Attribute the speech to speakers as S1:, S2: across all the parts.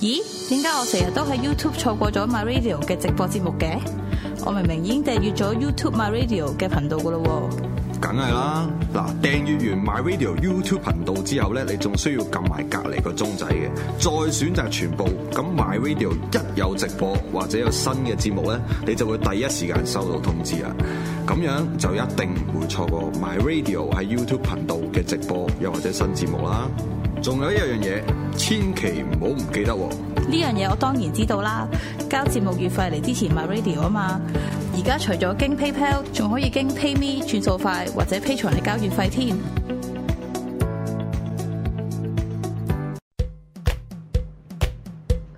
S1: 咦？點解我成日都喺 YouTube 錯過咗 My Radio 嘅直播節目嘅？我明明已經訂閱咗 YouTube My Radio 嘅頻道噶咯
S2: 梗係啦，嗱，訂閱完 My Radio YouTube 頻道之後咧，你仲需要撳埋隔離個鐘仔嘅，再選擇全部。咁 My Radio 一有直播或者有新嘅節目咧，你就會第一時間收到通知啦。咁樣就一定唔會錯過 My Radio 喺 YouTube 頻道嘅直播，又或者新節目啦。仲有一樣嘢，千祈唔好唔記得喎。
S1: 喎。呢樣嘢我當然知道啦，交節目月費嚟支持 My Radio 啊嘛。而家除咗經 PayPal，仲可以經 PayMe 轉數快或者 Patreon 嚟交月費添。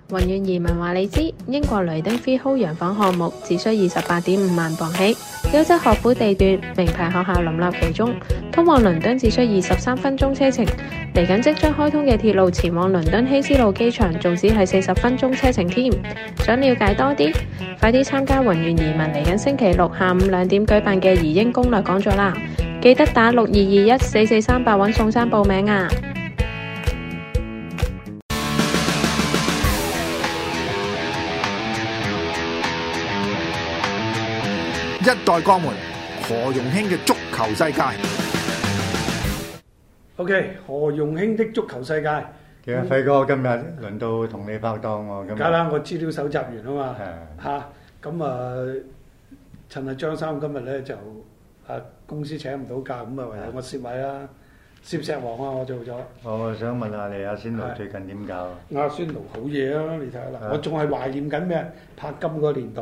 S3: 宏遠移民話你知，英國雷丁 freehold 洋房項目只需二十八點五萬磅起，優質學府地段，名牌學校林立其中，通往倫敦只需二十三分鐘車程。嚟緊即將開通嘅鐵路前往倫敦希斯路機場，仲只係四十分鐘車程添。想了解多啲，快啲參加宏遠移民嚟緊星期六下午兩點舉辦嘅移英攻略講座啦！記得打六二二一四四三八揾宋生報名啊！
S4: 一代江門何容興嘅足球世界。
S5: OK，何容興的足球世界，
S6: 點啊，輝哥，今日輪到同你拍檔喎，咁
S5: 梗啦，我資料搜集完啊嘛，
S6: 係
S5: 嚇咁啊，趁阿張三今日咧就啊公司請唔到假，咁啊唯有我攝位啦，攝石王啊，我做咗。
S6: 我想問下你阿仙奴
S5: 係
S6: 最近點搞啊？
S5: 阿仙奴好嘢啊！你睇下嗱，
S6: 係
S5: 我仲係懷念緊咩柏金嗰個年代，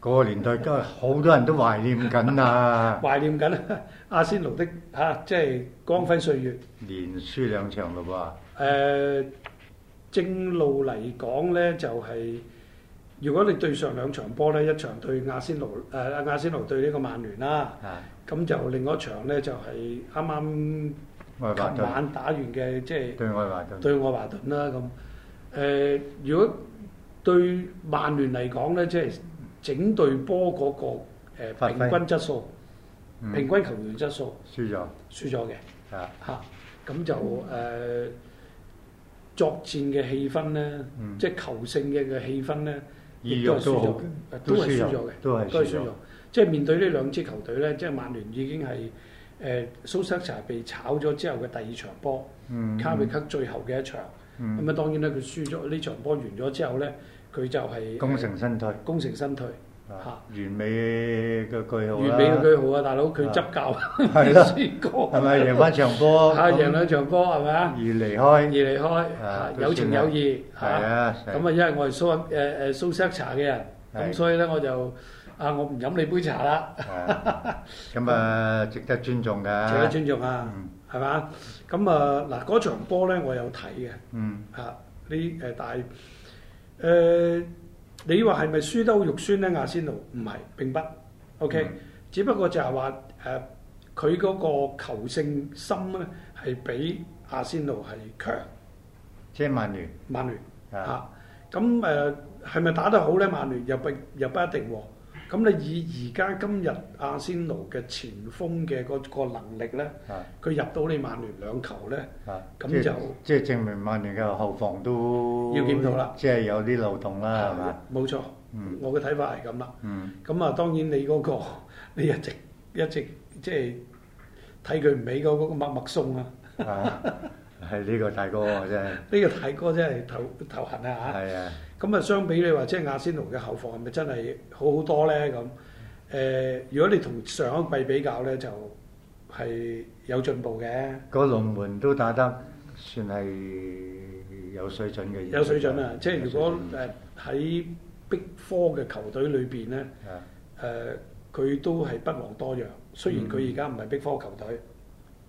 S6: 嗰個年代都係好多人都懷念緊啊，
S5: 懷念緊阿仙奴的嚇，即係光輝歲月。
S6: 連輸兩場嘞喎。
S5: 誒、呃正路嚟講咧，就係、如果你對上兩場波咧，一場對亞仙奴誒、亞仙奴對呢個曼聯啦，
S6: 啊，
S5: 咁就另外一場咧就係啱啱
S6: 愛華
S5: 琴
S6: 頓
S5: 晚打完嘅，即係
S6: 對愛華頓，
S5: 對愛華頓啦咁。誒、呃如果對曼聯嚟講咧，即係整隊波嗰、個、
S6: 發
S5: 誒
S6: 揮
S5: 平均質素、
S6: 嗯
S5: 平均球員質素
S6: 輸咗
S5: 輸咗嘅。
S6: 啊，
S5: 嚇，咁就誒、呃作戰嘅氣氛咧，
S6: 嗯
S5: 即係求勝嘅嘅氣氛咧，
S6: 意
S5: 亦
S6: 欲
S5: 都係
S6: 都
S5: 輸
S6: 好
S5: 咗，嘅，都
S6: 都
S5: 係輸咗嘅，，
S6: 輸咗
S5: 啊
S6: 都係
S5: 都係
S6: 輸
S5: 輸咗
S6: 咗。。
S5: 即係面對呢兩支球隊咧，即係曼聯已經係誒、呃、蘇塞查被炒咗之後嘅第二場波，
S6: 嗯，
S5: 卡比克最後嘅一場。咁啊、
S6: 嗯，
S5: 當然咧，佢輸咗呢場波完咗之後咧，佢就係、
S6: 功成身退，
S5: 功成身退。
S6: 啊完美嘅句號
S5: 完美嘅
S6: 啦，
S5: 句號啊，大佬佢執教
S6: 係啦
S5: 輸過，
S6: 係咪贏翻場波？
S5: 啊
S6: 咁
S5: 贏兩場波係咪啊
S6: 而？離
S5: 而
S6: 開，
S5: 離開，
S6: 啊
S5: 啊
S6: 都
S5: 有情有義
S6: 係
S5: 嚇。
S6: 啊，係
S5: 咁啊，因為我係蘇誒誒蘇式茶嘅人，咁
S6: 係
S5: 所以咧我就啊我唔飲你杯茶啦，
S6: 啊咁啊，值得尊重㗎。
S5: 值得尊重啊，
S6: 嗯
S5: 係嘛？咁啊嗱，嗰場波咧我有睇嘅
S6: 嗯，
S5: 嚇，呢誒但係誒你話係咪輸得好肉酸咧？亞仙奴唔係並不，OK，只
S6: 嗯
S5: 不過就係話誒佢嗰個求勝心咧係比亞仙奴係強。
S6: 即係曼聯
S5: 曼聯嚇
S6: 啊。
S5: 咁誒係咪打得好咧？曼聯又不又不一定喎。咁你以而家今日阿仙奴嘅前鋒嘅嗰個能力咧，
S6: 啊
S5: 佢入到你曼聯兩球咧，
S6: 啊，
S5: 咁
S6: 即係
S5: 就
S6: 即係證明曼聯嘅後防都
S5: 要檢討啦，
S6: 即係有啲漏洞啊啦，係嘛？
S5: 啊冇錯，
S6: 嗯
S5: 我嘅睇法係咁啦。
S6: 嗯
S5: 咁啊，當然你嗰、個 你一直一直即係睇佢唔起嗰個麥麥松啊，
S6: 啊，係呢個大哥喎真係，
S5: 呢、個大哥真係頭頭痕啊嚇！
S6: 係啊，
S5: 咁啊，相比你話即係亞仙奴嘅後防係咪真係好好多咧？咁誒、呃如果你同上一季比較咧，就係、有進步嘅，
S6: 個龍門都打得算係有水準嘅，
S5: 有水準啊！即係如果
S6: 有水
S5: 誒喺 Big Four 嘅球隊裏邊咧，誒、
S6: 準啊
S5: 佢都係不遑多讓。雖然
S6: 嗯
S5: 佢而家唔係 Big Four 球隊，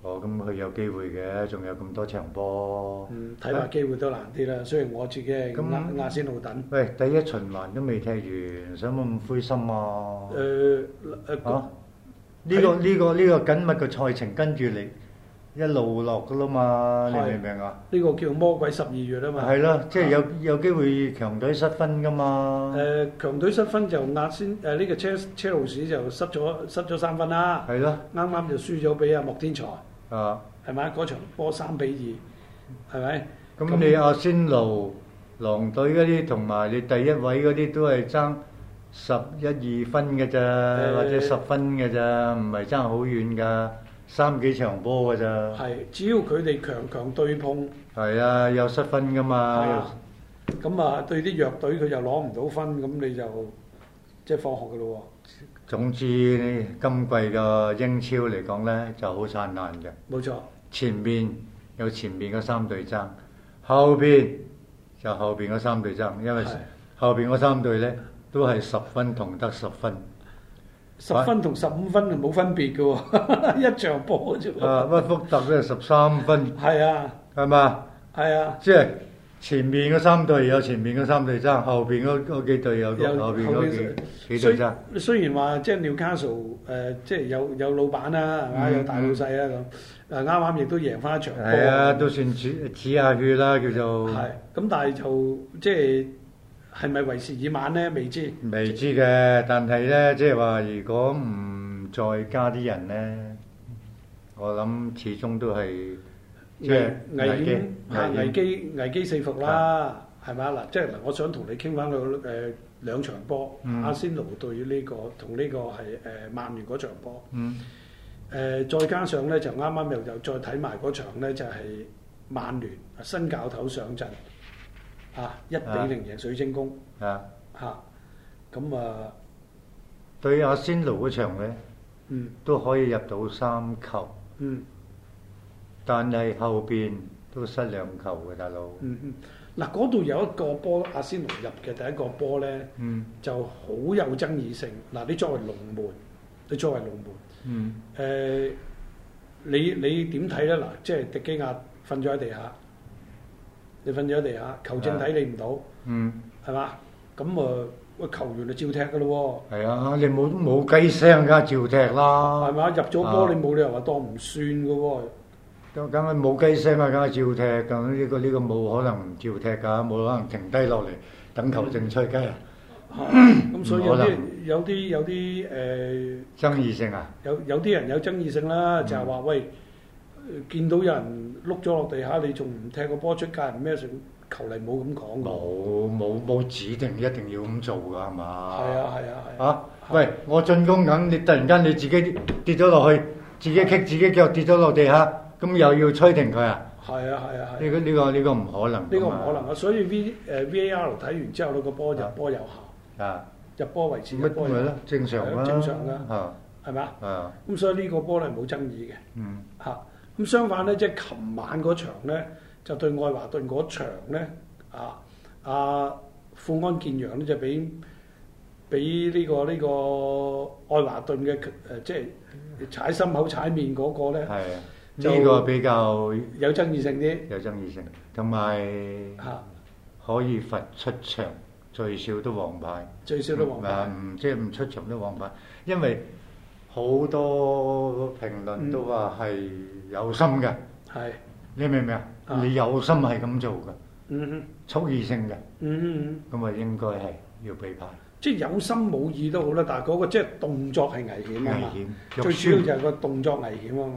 S6: 哦，咁佢有機會嘅，仲有咁多場波。
S5: 嗯，睇埋機會都難啲啦。雖然我自己係
S6: 哦咁
S5: 亞亞仙奴等，
S6: 喂，第一循環都未踢完，使乜咁灰心啊？
S5: 誒誒、
S6: 啊！呢、個呢、個呢、個緊密嘅賽程跟住嚟一路落噶啦嘛，你
S5: 係
S6: 明唔明啊？
S5: 呢個叫魔鬼十二月啊嘛。
S6: 係咯，即係有有機會強隊失分噶嘛
S5: 誒、。強隊失分就壓先誒呢、個車車路士就失咗失咗三分啦，
S6: 係咯，
S5: 啱啱就輸咗俾阿莫天才，
S6: 啊！
S5: 係咪？嗰場波三比二，係咪？
S6: 咁
S5: 咁
S6: 你阿仙奴狼隊嗰啲同埋你第一位嗰啲都係爭十一二分嘅咋，或者十分嘅咋，唔係爭好遠㗎，三幾場波㗎咋。
S5: 係只要佢哋強強對碰，
S6: 係啊，有失分㗎嘛。
S5: 啊咁啊對啲弱隊佢又攞唔到分，咁你就即係放學嘅咯
S6: 總之，今季嘅英超嚟講呢，就好燦爛嘅。
S5: 喎。冇錯，
S6: 前面有前面嗰三隊爭，後邊就後邊嗰三隊爭，因為
S5: 係
S6: 後邊嗰三隊呢，都係十分同得十分。
S5: 十分同十五分就冇分別嘅喎，一 場波啫喎。
S6: 啊，屈福特咧十三分，
S5: 係啊，
S6: 係嘛？
S5: 係啊，
S6: 即係前面嗰三隊有前面嗰三隊爭，後邊嗰嗰幾隊有
S5: 有
S6: 後邊
S5: 後
S6: 嗰
S5: 邊
S6: 幾幾隊爭。
S5: 雖雖然話即係 Newcastle 誒，即係有有老闆啦，係嘛，
S6: 嗯
S5: 有大老細啦咁，誒呃啱啱亦都贏翻一場波。
S6: 係啊，都算止止下血啦，叫做
S5: 係，咁但係就即係係咪為時已晚咧？未知。
S6: 未知嘅。但係咧，即係話如果唔再加啲人咧，我諗始終都係即係
S5: 危危險啊！
S6: 危
S5: 危
S6: 機。
S5: 機危機四伏啦，係咪啊？嗱，即係嗱，我想同你傾翻個誒兩場波，
S6: 嗯
S5: 阿仙奴對呢個同呢個係誒曼聯嗰場波，
S6: 嗯，
S5: 誒再加上咧就啱啱又又再睇埋嗰場咧就係曼聯啊新教頭上陣啊，一比零贏水晶宮
S6: 啊，
S5: 嚇，咁啊
S6: 對阿仙奴嗰場咧
S5: 嗯
S6: 都可以入到三球。
S5: 嗯
S6: 但係後邊都失兩球嘅大佬。
S5: 嗯嗯，嗱嗰度有一個波阿仙奴入嘅第一個波咧。
S6: 嗯
S5: 就好有爭議性。嗱，你作為龍門，你作為龍門，
S6: 嗯，
S5: 誒、你你點睇咧？嗱，即係迪基亞瞓咗喺地下，你瞓咗喺地下，球證睇你唔到，
S6: 嗯，
S5: 係嘛？咁啊，喂、球員就照踢噶咯
S6: 係啊，你冇冇雞聲㗎，照踢
S5: 喎，係
S6: 啦。
S5: 嘛？入咗波
S6: 啊
S5: 你冇理由話當唔算噶喎，
S6: 咁梗係冇雞聲啊，梗係照踢。咁呢個呢個冇可能唔照踢㗎，冇可能停低落嚟等球證吹雞啊！
S5: 咁所以
S6: 嗯唔
S5: 有
S6: 可
S5: 啲
S6: 能
S5: 有啲有啲誒、
S6: 爭議性啊！
S5: 有有啲人有爭議性啦，
S6: 嗯
S5: 就係話喂，見到有人碌咗落地下，你仲唔踢個波出界唔咩成？球嚟冇咁講
S6: 冇
S5: 㗎。
S6: 冇冇指定一定要咁做㗎係嘛？
S5: 係啊係啊係啊，
S6: 啊！喂，我進攻緊，你突然間你自己跌咗落去，自己棘自己腳跌咗落地下，咁又要吹停佢啊？
S5: 係啊係啊係
S6: 呢
S5: 啊，
S6: 個呢個呢個唔可能㗎
S5: 呢個唔
S6: 嘛
S5: 可能啊！所以 V 誒 VAR 睇完之後，呢個波入波有效，
S6: 啊！
S5: 入波為止，入
S6: 乜
S5: 波
S6: 咪
S5: 有
S6: 咯
S5: 效，，
S6: 正常啦，
S5: 正常㗎
S6: 啊
S5: 係咪啊？
S6: 啊，
S5: 咁所以呢個波咧冇爭議嘅
S6: 嗯
S5: 嚇。咁相反咧，即係琴晚嗰場咧，就對愛華頓嗰場咧啊啊富安健洋咧就俾俾呢個呢個愛華頓嘅誒即係踩心口踩面嗰個咧
S6: 係啊，
S5: 就
S6: 呢個比較
S5: 有爭議性啲
S6: 有爭議性，同埋
S5: 嚇，
S6: 可以罰出場，最少都黃牌，
S5: 最少都黃
S6: 啊
S5: 牌
S6: 唔即係唔出場都黃牌，因為好多評論都話係有心嘅，
S5: 係
S6: 你明唔明啊？
S5: 啊
S6: 你有心係咁做嘅，
S5: 嗯哼
S6: 蓄意性嘅，
S5: 嗯哼嗯。
S6: 咁啊應該係要俾牌，
S5: 即係有心冇意都好啦，但係嗰個即係動作係危險
S6: 危
S5: 啊嘛。
S6: 險，肉
S5: 最主要就
S6: 酸，
S5: 係個動作危險啊嘛，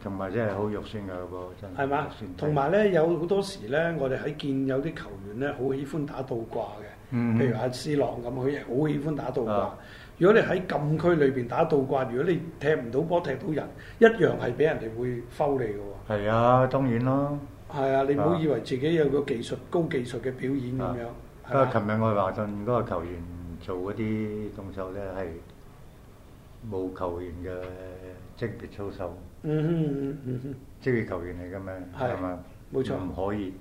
S6: 同埋真係好肉酸㗎喎，真係
S5: 係嘛
S6: 肉酸？
S5: 同埋咧有好多時咧，我哋喺見有啲球員咧好喜歡打倒掛嘅，
S6: 嗯
S5: 譬如阿斯朗咁，佢好喜歡打倒掛
S6: 啊。
S5: 如果你喺禁區裏邊打倒掛，如果你踢唔到波踢到人，一樣係俾人哋會摟你嘅喎。
S6: 係啊，當然咯。
S5: 係啊，你唔好
S6: 啊
S5: 以為自己有個技術高技術嘅表演咁樣，係
S6: 不
S5: 嘛
S6: 過啊琴日愛華頓嗰個球員做嗰啲動手咧係冇球員嘅職業操守，
S5: 嗯哼嗯哼嗯
S6: 職業球員嚟噶嘛，
S5: 係
S6: 係嘛？
S5: 冇錯
S6: 唔可以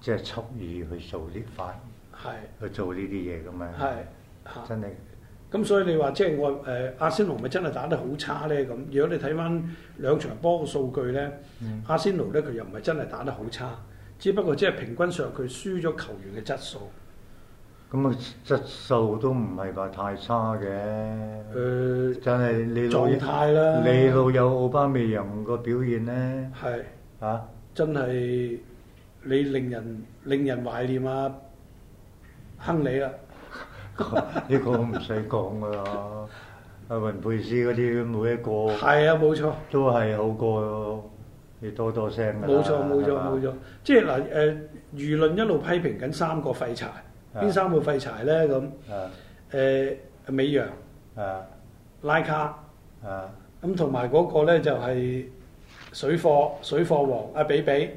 S6: 即係蓄意去做呢反
S5: 嗯哼，
S6: 去做呢啲嘢噶嘛
S5: 係，係嚇。
S6: 真係
S5: 咁所以你話即係我誒阿仙奴咪真係打得好差咧咁？如果你睇翻兩場波嘅數據咧，
S6: 嗯
S5: 阿仙奴咧佢又唔係真係打得好差，只不過即係平均上佢輸咗球員嘅質素。
S6: 咁啊質素都唔係話太差嘅，
S5: 誒、
S6: 真係你老
S5: 呃狀態啦
S6: 你老友奧巴美揚個表現咧
S5: 呃係
S6: 嚇。啊
S5: 真係你令人令人懷念啊亨利啦，
S6: 呢個唔使講噶啦，阿雲佩斯嗰啲每一個
S5: 係啊冇錯。
S6: 都係好過你多多聲㗎啦
S5: 冇錯冇錯
S6: 係嘛
S5: 冇錯，即係嗱誒呃輿論一路批評緊三個廢柴，
S6: 啊
S5: 邊三個廢柴咧咁？
S6: 啊
S5: 誒、美羊、
S6: 啊
S5: 拉卡，
S6: 啊
S5: 咁同埋嗰個咧就係、水貨水貨王阿 比比，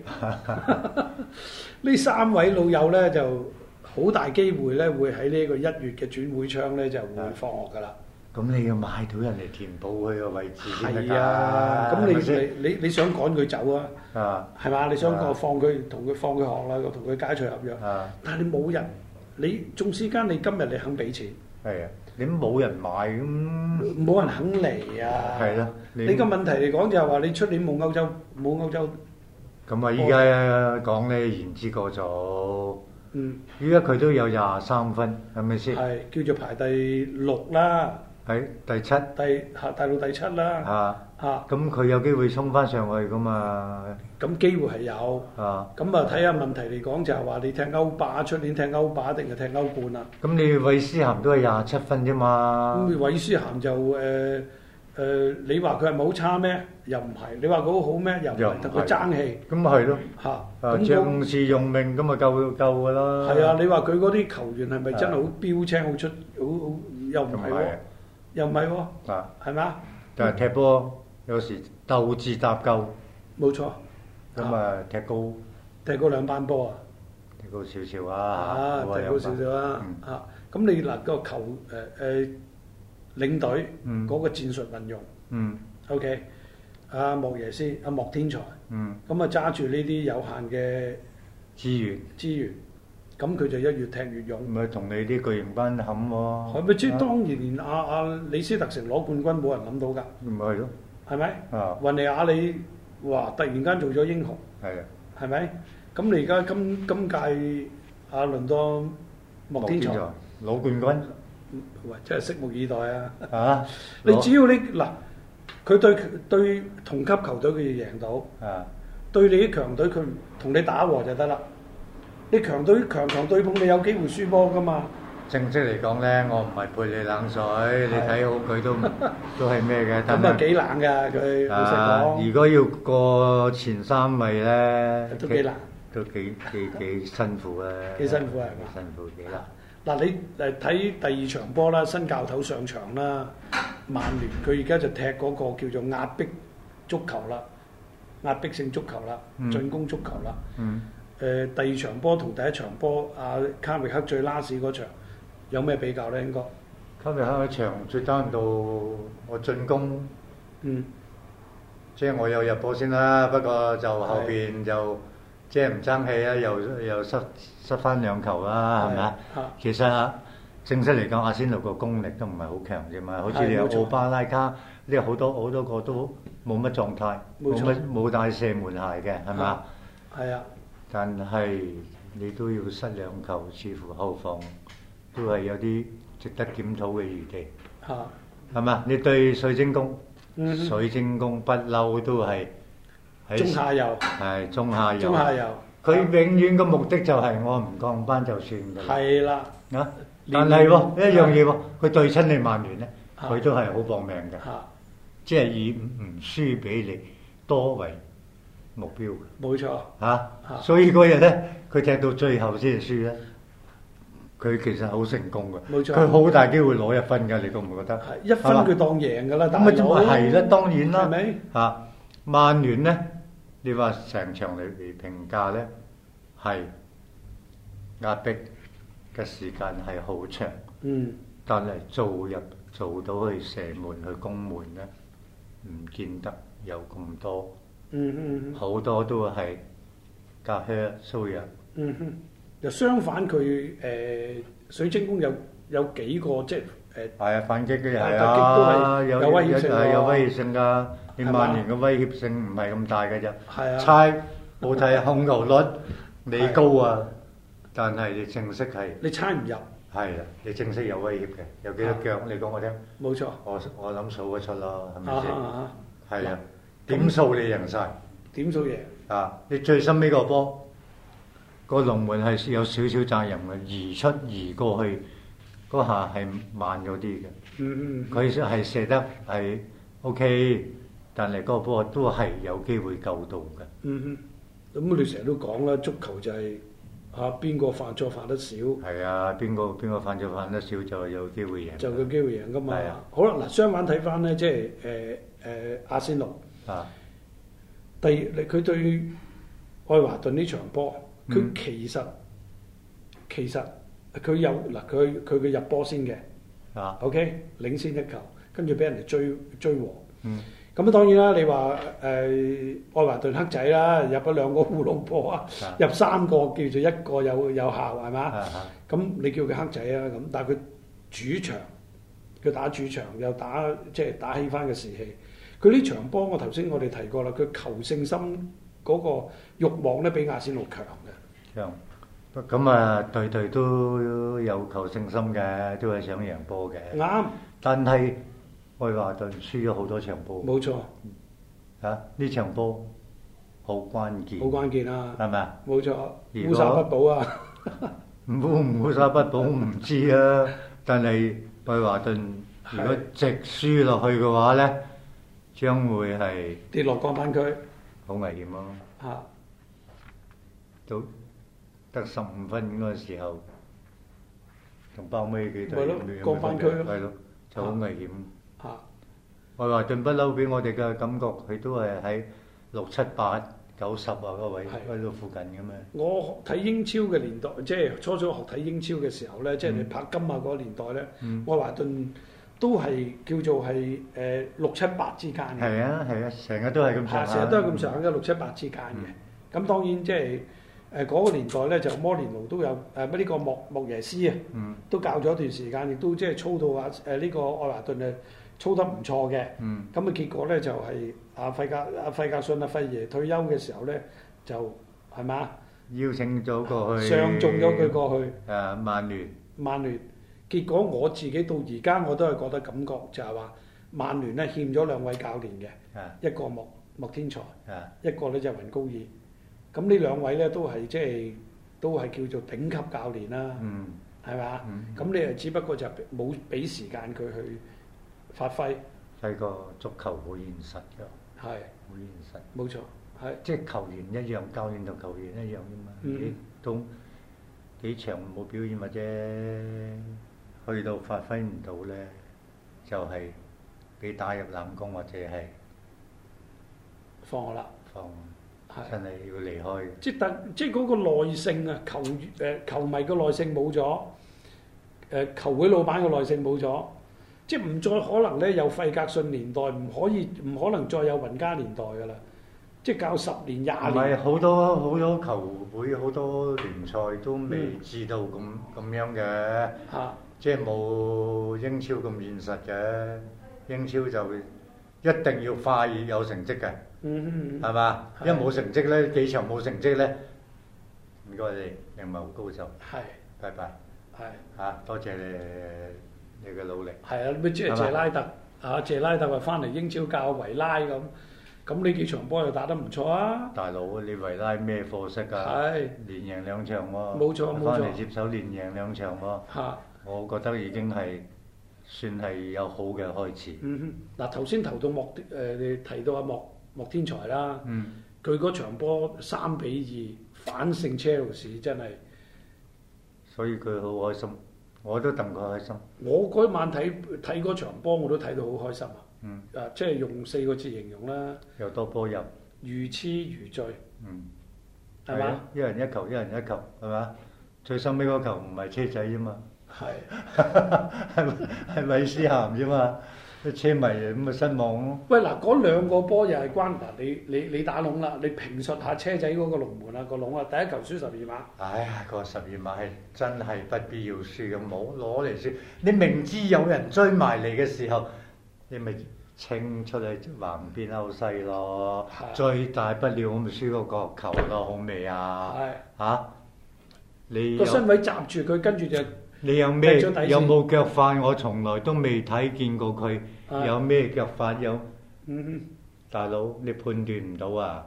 S5: 呢三位老友咧就好大機會咧會喺呢個一月嘅轉會窗咧就會放學㗎啦。
S6: 咁你要買到人哋填補佢個位置先得㗎
S5: 係啊，咁
S6: 係咪先
S5: 你你你你想趕佢走啊？
S6: 啊
S5: 係嘛？你想
S6: 啊
S5: 我放佢同佢放佢學啦，同佢解除合約，
S6: 啊
S5: 但係你冇人，你縱使間你今日你肯俾錢，
S6: 係啊，你冇人買咁
S5: 冇人肯嚟啊！
S6: 係咯
S5: 你
S6: 你
S5: 個問題嚟講就係話你出年冇歐洲冇歐洲，
S6: 咁啊！依家講咧言之過早，
S5: 嗯，
S6: 依家佢都有廿三分，係咪先？
S5: 係叫做排第六啦，
S6: 喺第七
S5: 第嚇大陸第七啦
S6: 啊，
S5: 嚇，
S6: 咁佢有機會衝翻上去噶嘛？
S5: 咁機會係有。
S6: 啊，
S5: 咁啊，睇下問題嚟講就係話你踢歐霸，出年踢歐霸定係踢歐冠啊？
S6: 咁你韋斯咸都係廿七分啫嘛
S5: 咁？韋舒涵就誒誒、呃呃你話佢係咪好差咩？又唔係。你話佢好好咩？又唔
S6: 又唔
S5: 係。
S6: 係
S5: 但佢爭氣
S6: 咁咪係咯，
S5: 嚇。
S6: 啊
S5: 咁嗰
S6: 仗是用命咁啊夠夠噶啦。
S5: 係啊，，你話佢嗰啲球員係咪真係好
S6: 係
S5: 標青、好出、好好又唔
S6: 咁
S5: 係
S6: 啊係
S5: 喎
S6: 啊，
S5: 又唔係喎，
S6: 啊，
S5: 係咪啊？
S6: 但係踢波有時鬥智搭救，
S5: 冇錯，
S6: 咁啊踢高
S5: 踢高兩班波啊！
S6: 踢高少少
S5: 啊
S6: 啊，，
S5: 踢高少少啦
S6: 嗯
S5: 嚇。啊咁你嗱個球誒誒呃領隊
S6: 嗯
S5: 嗰個戰術運用
S6: 嗯
S5: ，OK，阿莫耶斯、阿莫天才，
S6: 嗯
S5: 咁啊揸住呢啲有限嘅
S6: 資源。
S5: 資源，咁佢就一越踢越勇。
S6: 咪同你啲巨型班冚
S5: 係
S6: 喎，
S5: 咪即係當然連阿阿李斯特城攞冠軍冇人諗到㗎，
S6: 咪係咯，
S5: 係咪？
S6: 啊
S5: 雲尼亞你哇突然間做咗英雄，
S6: 係啊，
S5: 係咪？咁你而家今今屆阿倫多莫天才，
S6: 攞冠
S5: 喂真係拭目以待啊！
S6: 軍啊！
S5: 你
S6: 攞
S5: 只要你嗱，佢對對同級球隊佢要贏到，
S6: 啊
S5: 對你啲強隊佢唔同你打和就得啦。你強隊強強對碰，你有機會輸波㗎嘛？
S6: 正式嚟講咧，我唔係潑你冷水，你睇好佢都唔都係咩嘅，
S5: 咁
S6: 但
S5: 啊
S6: 係
S5: 幾冷㗎佢，老
S6: 啊，
S5: 實
S6: 如
S5: 講
S6: 果要過前三位咧，
S5: 都幾難。
S6: 都幾幾幾辛苦啊！
S5: 幾辛苦啊係嘛
S6: 幾辛苦幾難。
S5: 嗱，你誒睇第二場波啦，新教頭上場啦，曼聯佢而家就踢嗰個叫做壓迫足球啦，壓迫性足球啦，
S6: 嗯
S5: 進攻足球啦。
S6: 嗯，
S5: 誒、第二場波同第一場波，阿、卡域克最拉屎嗰場有咩比較咧？應該
S6: 今日喺場最單到我進攻。
S5: 嗯
S6: 即係我有入波先啦，不過就後邊就即係唔爭氣啦，又又失失翻兩球啦，係咪啊
S5: 係啊
S6: 其實啊正式嚟講，阿仙奴個功力都唔係好強啫嘛，好似你
S5: 係
S6: 有
S5: 冇錯
S6: 奧巴拉卡，你有好多好多個都冇乜狀態，
S5: 冇
S6: 冇
S5: 錯
S6: 乜冇帶射門鞋嘅，係咪啊？
S5: 係啊，
S6: 但係你都要失兩球，似乎後防都係有啲值得檢討嘅餘地。
S5: 嚇、
S6: 係嘛？你對水晶宮，
S5: 嗯
S6: 水晶宮不嬲都係喺
S5: 中下游，
S6: 係中下游。
S5: 中下游，
S6: 佢永遠嘅目的就係我唔降班就算㗎啦。
S5: 係啦，
S6: 啊，
S5: 連
S6: 但係喎一樣嘢喎，佢對親你曼聯咧，
S5: 啊
S6: 佢都係好搏命嘅
S5: 嚇、，
S6: 即係以唔唔輸俾你多為目標嘅
S5: 冇錯，
S6: 嚇
S5: 啊。
S6: 所以嗰日咧，佢踢到最後先係輸咧。佢其實好成功嘅，
S5: 冇錯
S6: 佢好大機會攞一分㗎，你覺唔覺得？
S5: 係一分
S6: 係嘛
S5: 佢當贏㗎啦，
S6: 咁
S5: 大
S6: 咪
S5: 佬
S6: 就係啦，當然
S5: 係咪
S6: 啦，嚇曼聯咧，你話成場嚟嚟評價咧，係壓迫嘅時間係好長，
S5: 嗯。
S6: 但係做入做到去射門去攻門咧，唔見得有咁多，
S5: 嗯嗯嗯
S6: 好多都係隔靴搔癢，
S5: 嗯哼，就相反佢誒、呃水晶宮有有幾個即係誒、呃
S6: 係啊反擊嘅係
S5: 但係都
S6: 啊，
S5: 係
S6: 有
S5: 有威脅性喎
S6: 係有威脅性㗎，你
S5: 係嘛
S6: 曼聯嘅威脅性唔係咁大嘅啫。
S5: 係啊，
S6: 猜冇睇控球率你高啊，但係你正式係
S5: 你猜唔入，
S6: 係啦，你正式有威脅嘅，有幾多腳？你講我聽，
S5: 冇錯。
S6: 我我諗數得出咯，係
S5: 啊
S6: 咪
S5: 啊
S6: 先？
S5: 啊！
S6: 係啊，點數你贏晒
S5: 點數贏，
S6: 啊！你最深呢個波，個龍門係有少少責任嘅，移出移過去嗰下係慢咗啲嘅，
S5: 嗯嗯，
S6: 佢係射得係 OK，但係嗰個波都係有機會救到嘅。
S5: 嗯嗯，咁你成日都講啦，足球就係啊邊個犯錯犯得少，
S6: 係啊，邊個邊個犯咗犯得少就有機會贏。
S5: 就有機會贏噶嘛
S6: 係啊。
S5: 好啦，嗱，相反睇翻咧，即係誒誒阿仙奴，
S6: 啊，
S5: 第二佢對愛華頓呢場波，佢
S6: 嗯
S5: 其實、其實佢有嗱佢佢嘅入波先嘅
S6: 啊，
S5: ，OK 領先一球，跟住俾人哋追追和。
S6: 嗯，
S5: 咁啊當然啦，你話誒、愛華頓黑仔啦，入咗兩個烏龍波啊
S6: 啊，
S5: 入三個叫做一個有有效係嘛？
S6: 啊啊
S5: 咁你叫佢黑仔啊咁，但係佢主場，佢打主場又打即係打起翻嘅士氣。佢呢場波我頭先我哋提過啦，佢求勝心嗰個慾望咧比亞仙奴強嘅。
S6: 咁咁啊，隊隊都有求勝心嘅，都係想贏波嘅。
S5: 啱，
S6: 但係愛華頓輸咗好多場波，
S5: 冇錯，好
S6: 啊，呢場波好關鍵，
S5: 關鍵啊，
S6: 係咪啊？
S5: 冇錯，
S6: 如
S5: 烏
S6: 果
S5: 沙不保啊，
S6: 唔好唔好沙不保唔知啊，但係愛華頓如果直輸落去嘅話咧，將會係
S5: 跌落降班區啊
S6: 好危險咯、
S5: 嚇，
S6: 到得十五分嗰個時候，同包尾幾隊
S5: 咪咯
S6: 有咩
S5: 降班
S6: 分別
S5: 區咯
S6: 係咯，就好危險。
S5: 嚇
S6: 愛華頓不嬲俾我哋嘅感覺，佢都係喺六七八九十啊個位
S5: 係
S6: 喺度附近咁樣。
S5: 我睇英超嘅年代，即係初初學睇英超嘅時候咧，即係你拍金啊嗰個年代咧，
S6: 嗯
S5: 愛華頓都係叫做係誒六七八之間嘅。
S6: 係啊係啊，成日都係咁
S5: 嚇，
S6: 上下。
S5: 嗯成
S6: 嗯
S5: 日都係咁上下嘅六七八之間嘅。咁當然即係誒嗰個年代咧，就摩連奴都有誒乜呢個莫莫耶斯啊，
S6: 嗯
S5: 都教咗一段時間，亦都即係操到啊誒呢個愛華頓誒操得唔錯嘅。
S6: 嗯
S5: 咁啊結果咧就係阿費格阿費格遜啊費爺退休嘅時候咧，就係嘛
S6: 嗯邀請咗過去。
S5: 上中咗佢過去
S6: 誒曼聯
S5: 曼聯。結果我自己到而家我都係覺得感覺就係話曼聯咧欠咗兩位教練嘅，
S6: 啊
S5: 一個莫莫天才。
S6: 啊
S5: 一個咧就係雲高爾。咁呢兩位咧都係即係都係叫做頂級教練啦，
S6: 嗯
S5: 係咪啊
S6: 嗯
S5: 咁你啊，只不過就冇俾時間佢去發揮，
S6: 細個足球好現實㗎，
S5: 係
S6: 好現實。
S5: 冇錯，係
S6: 即係球員一樣，教練同球員一樣啫嘛。
S5: 嗯
S6: 你到幾場冇表現或者去到發揮唔到咧，就係、俾打入冷宮或者係
S5: 放學啦，
S6: 放，
S5: 係
S6: 真係要離開嘅。
S5: 即係但即係嗰個耐性啊，球誒、球迷嘅耐性冇咗，誒、球會老闆嘅耐性冇咗。即係唔再可能咧，有費格遜年代唔可以，唔可能再有雲加年代㗎啦。即係教十年廿
S6: 唔
S5: 年
S6: 係，啊好多好多球會好多聯賽都未
S5: 嗯
S6: 至到咁咁樣嘅。
S5: 嚇、
S6: 即係冇英超咁現實嘅，英超就一定要快有成績嘅，
S5: 嗯嗯嗯
S6: 係嘛？
S5: 係
S6: 一冇成績咧，幾場冇成績咧，唔該你另謀高手，
S5: 係
S6: 拜拜
S5: 係
S6: 嚇、啊多謝你你嘅努力。
S5: 係啊，咩即係
S6: 係嘛
S5: 謝拉特啊，謝拉特話翻嚟英超教維拉咁，咁呢幾場波又打得唔錯啊，
S6: 大佬，你維拉咩貨色啊？
S5: 係
S6: 連贏兩場喎、
S5: 冇錯冇錯
S6: 翻嚟接手連贏兩場喎、
S5: 嚇，
S6: 我覺得已經係算係有好嘅開始。
S5: 嗯哼，嗱頭先投到莫誒、呃你提到阿莫莫天才啦，
S6: 嗯，
S5: 佢嗰場波三比二反勝車路士，真係
S6: 所以佢好開心，我都戥佢開心。
S5: 我嗰晚睇睇嗰場波我都睇到好開心啊，
S6: 嗯，
S5: 啊即係用四個字形容啦，
S6: 又多波入。
S5: 如痴如醉，
S6: 嗯，
S5: 係
S6: 係
S5: 嘛
S6: 啊？一人一球，一人一球，係嘛？最收尾嗰球唔係車仔啫嘛，
S5: 係
S6: 係咪係米斯咸啫嘛，啲車迷咁啊失望咯。
S5: 喂嗱，嗰兩個波又係關嗱，你你你打籠啦，你評述下車仔嗰個龍門啊個籠啊，第一球輸十二碼，
S6: 唉哎呀，個十二碼係真係不必要輸嘅，冇攞嚟輸。你明知有人追埋嚟嘅時候，你咪清出去橫邊歐西咯。
S5: 係
S6: 最大不了我咪輸個角球咯，好未啊？
S5: 係
S6: 嚇、你
S5: 個
S6: 有
S5: 身位閘住佢，跟住就
S6: 你有咩
S5: 踢咗底線
S6: 有冇腳法？我從來都未睇見過佢
S5: 啊
S6: 有咩腳法。有
S5: 嗯
S6: 大佬，你判斷唔到啊！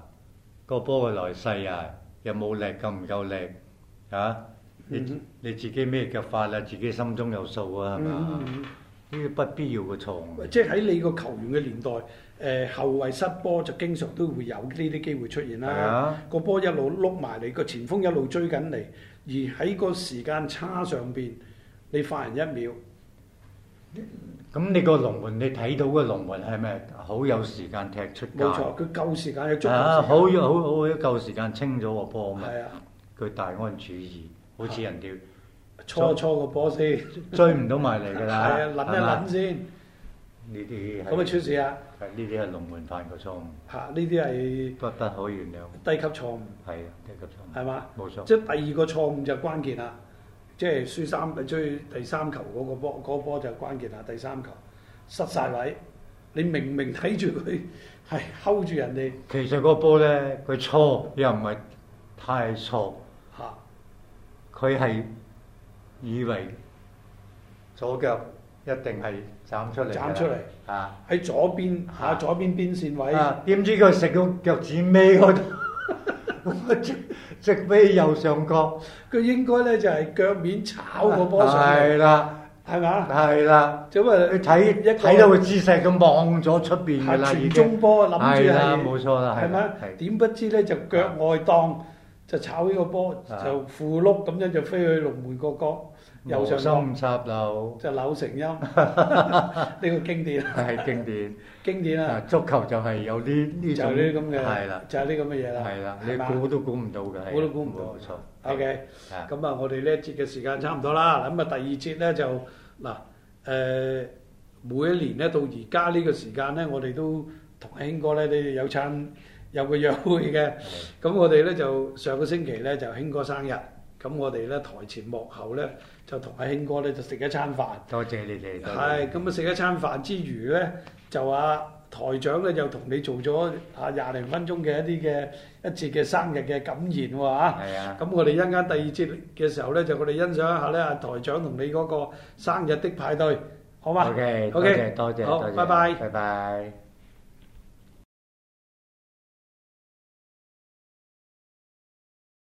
S6: 個波嘅來勢啊，有冇力夠唔夠力啊？你
S5: 嗯哼
S6: 你自己咩腳法啊？自己心中有數啊，係嘛？
S5: 嗯嗯
S6: 呢啲不必要嘅錯
S5: 嗯
S6: 誤。
S5: 即係喺你個球員嘅年代，誒、後衞失波就經常都會有呢啲機會出現
S6: 係
S5: 啦。
S6: 啊，
S5: 個波一路碌埋你，個前鋒一路追緊你，而喺個時間差上邊，你快人一秒，
S6: 咁你個龍門，你睇到嘅龍門係咪好有時間踢出界？
S5: 冇錯，佢夠時間有足夠
S6: 啊！好好好
S5: 時間
S6: 夠時間清咗個波嘛，
S5: 係啊，
S6: 佢大安主義，好似人哋
S5: 錯錯個波先，
S6: 追唔到埋嚟㗎
S5: 係
S6: 啦，
S5: 啊，諗
S6: 係嘛
S5: 一諗先，
S6: 呢啲係
S5: 咁啊出事啊！
S6: 係呢啲係龍門犯嘅錯誤，
S5: 嚇，呢啲係
S6: 不得可原諒。
S5: 低級錯誤，
S6: 係啊，低級錯
S5: 係嘛？
S6: 誤，冇錯。
S5: 即係第二個錯誤就關鍵啦，即係輸三追第三球嗰個波，嗰、波就關鍵啦。第三球失晒位，
S6: 嗯
S5: 你明明睇住佢 係睺住人哋
S6: 其實個波咧，佢錯又唔係太錯，
S5: 嚇、
S6: 佢係以為左腳一定係斬出嚟㗎啦，
S5: 斬出嚟
S6: 啊！
S5: 喺左邊嚇、
S6: 啊
S5: 左邊邊線位，
S6: 啊！點知佢食到腳趾尾嗰度，直 直尾右上角，
S5: 佢、應該咧就係、腳面炒個波上嚟，
S6: 係啦，
S5: 係咪啊？
S6: 係啦。
S5: 咁啊
S6: 佢，睇
S5: 一個
S6: 睇到個姿勢，佢望咗出邊㗎
S5: 係
S6: 啦，已
S5: 傳
S6: 經
S5: 中波諗住
S6: 係啦，
S5: 係
S6: 冇錯啦，
S5: 係
S6: 係啦
S5: 咪？
S6: 係
S5: 點不知咧就腳外檔就炒呢個波，
S6: 啊
S5: 就負碌咁樣就飛去龍門個角右上角。
S6: 無心插柳
S5: 就扭成音， 呢個經典
S6: 係經典。
S5: 經典
S6: 啊
S5: 啦，
S6: 足球就係有啲呢
S5: 就
S6: 種
S5: 係呢啲咁嘅，
S6: 係啦，
S5: 就係呢咁嘅嘢啦，
S6: 係啦，你
S5: 係嘛
S6: 估都估唔到嘅，係啊
S5: 估都估唔到
S6: 冇錯。
S5: OK，
S6: 啊
S5: 咁啊，我哋呢一節嘅時間差唔多啦，咁啊第二節咧就嗱誒、呃每一年咧到而家呢個時間咧，我哋都同阿興哥咧，你哋有餐有個約會嘅，咁我哋咧就上個星期咧就興哥生日，咁我哋咧台前幕後咧就同阿興哥咧就食一餐飯。
S6: 多謝你哋，多謝
S5: 係咁啊！食一餐飯之餘咧，就啊台長咧就同你做咗啊廿零分鐘嘅一啲嘅一節嘅生日嘅感言喎啊
S6: 係啊
S5: 咁我哋一陣間第二節嘅時候咧，就我哋欣賞一下咧啊台長同你嗰個生日的派對，好嘛
S6: OK，多謝，多謝，
S5: 好，
S6: 多謝
S5: 拜拜。
S6: 拜拜。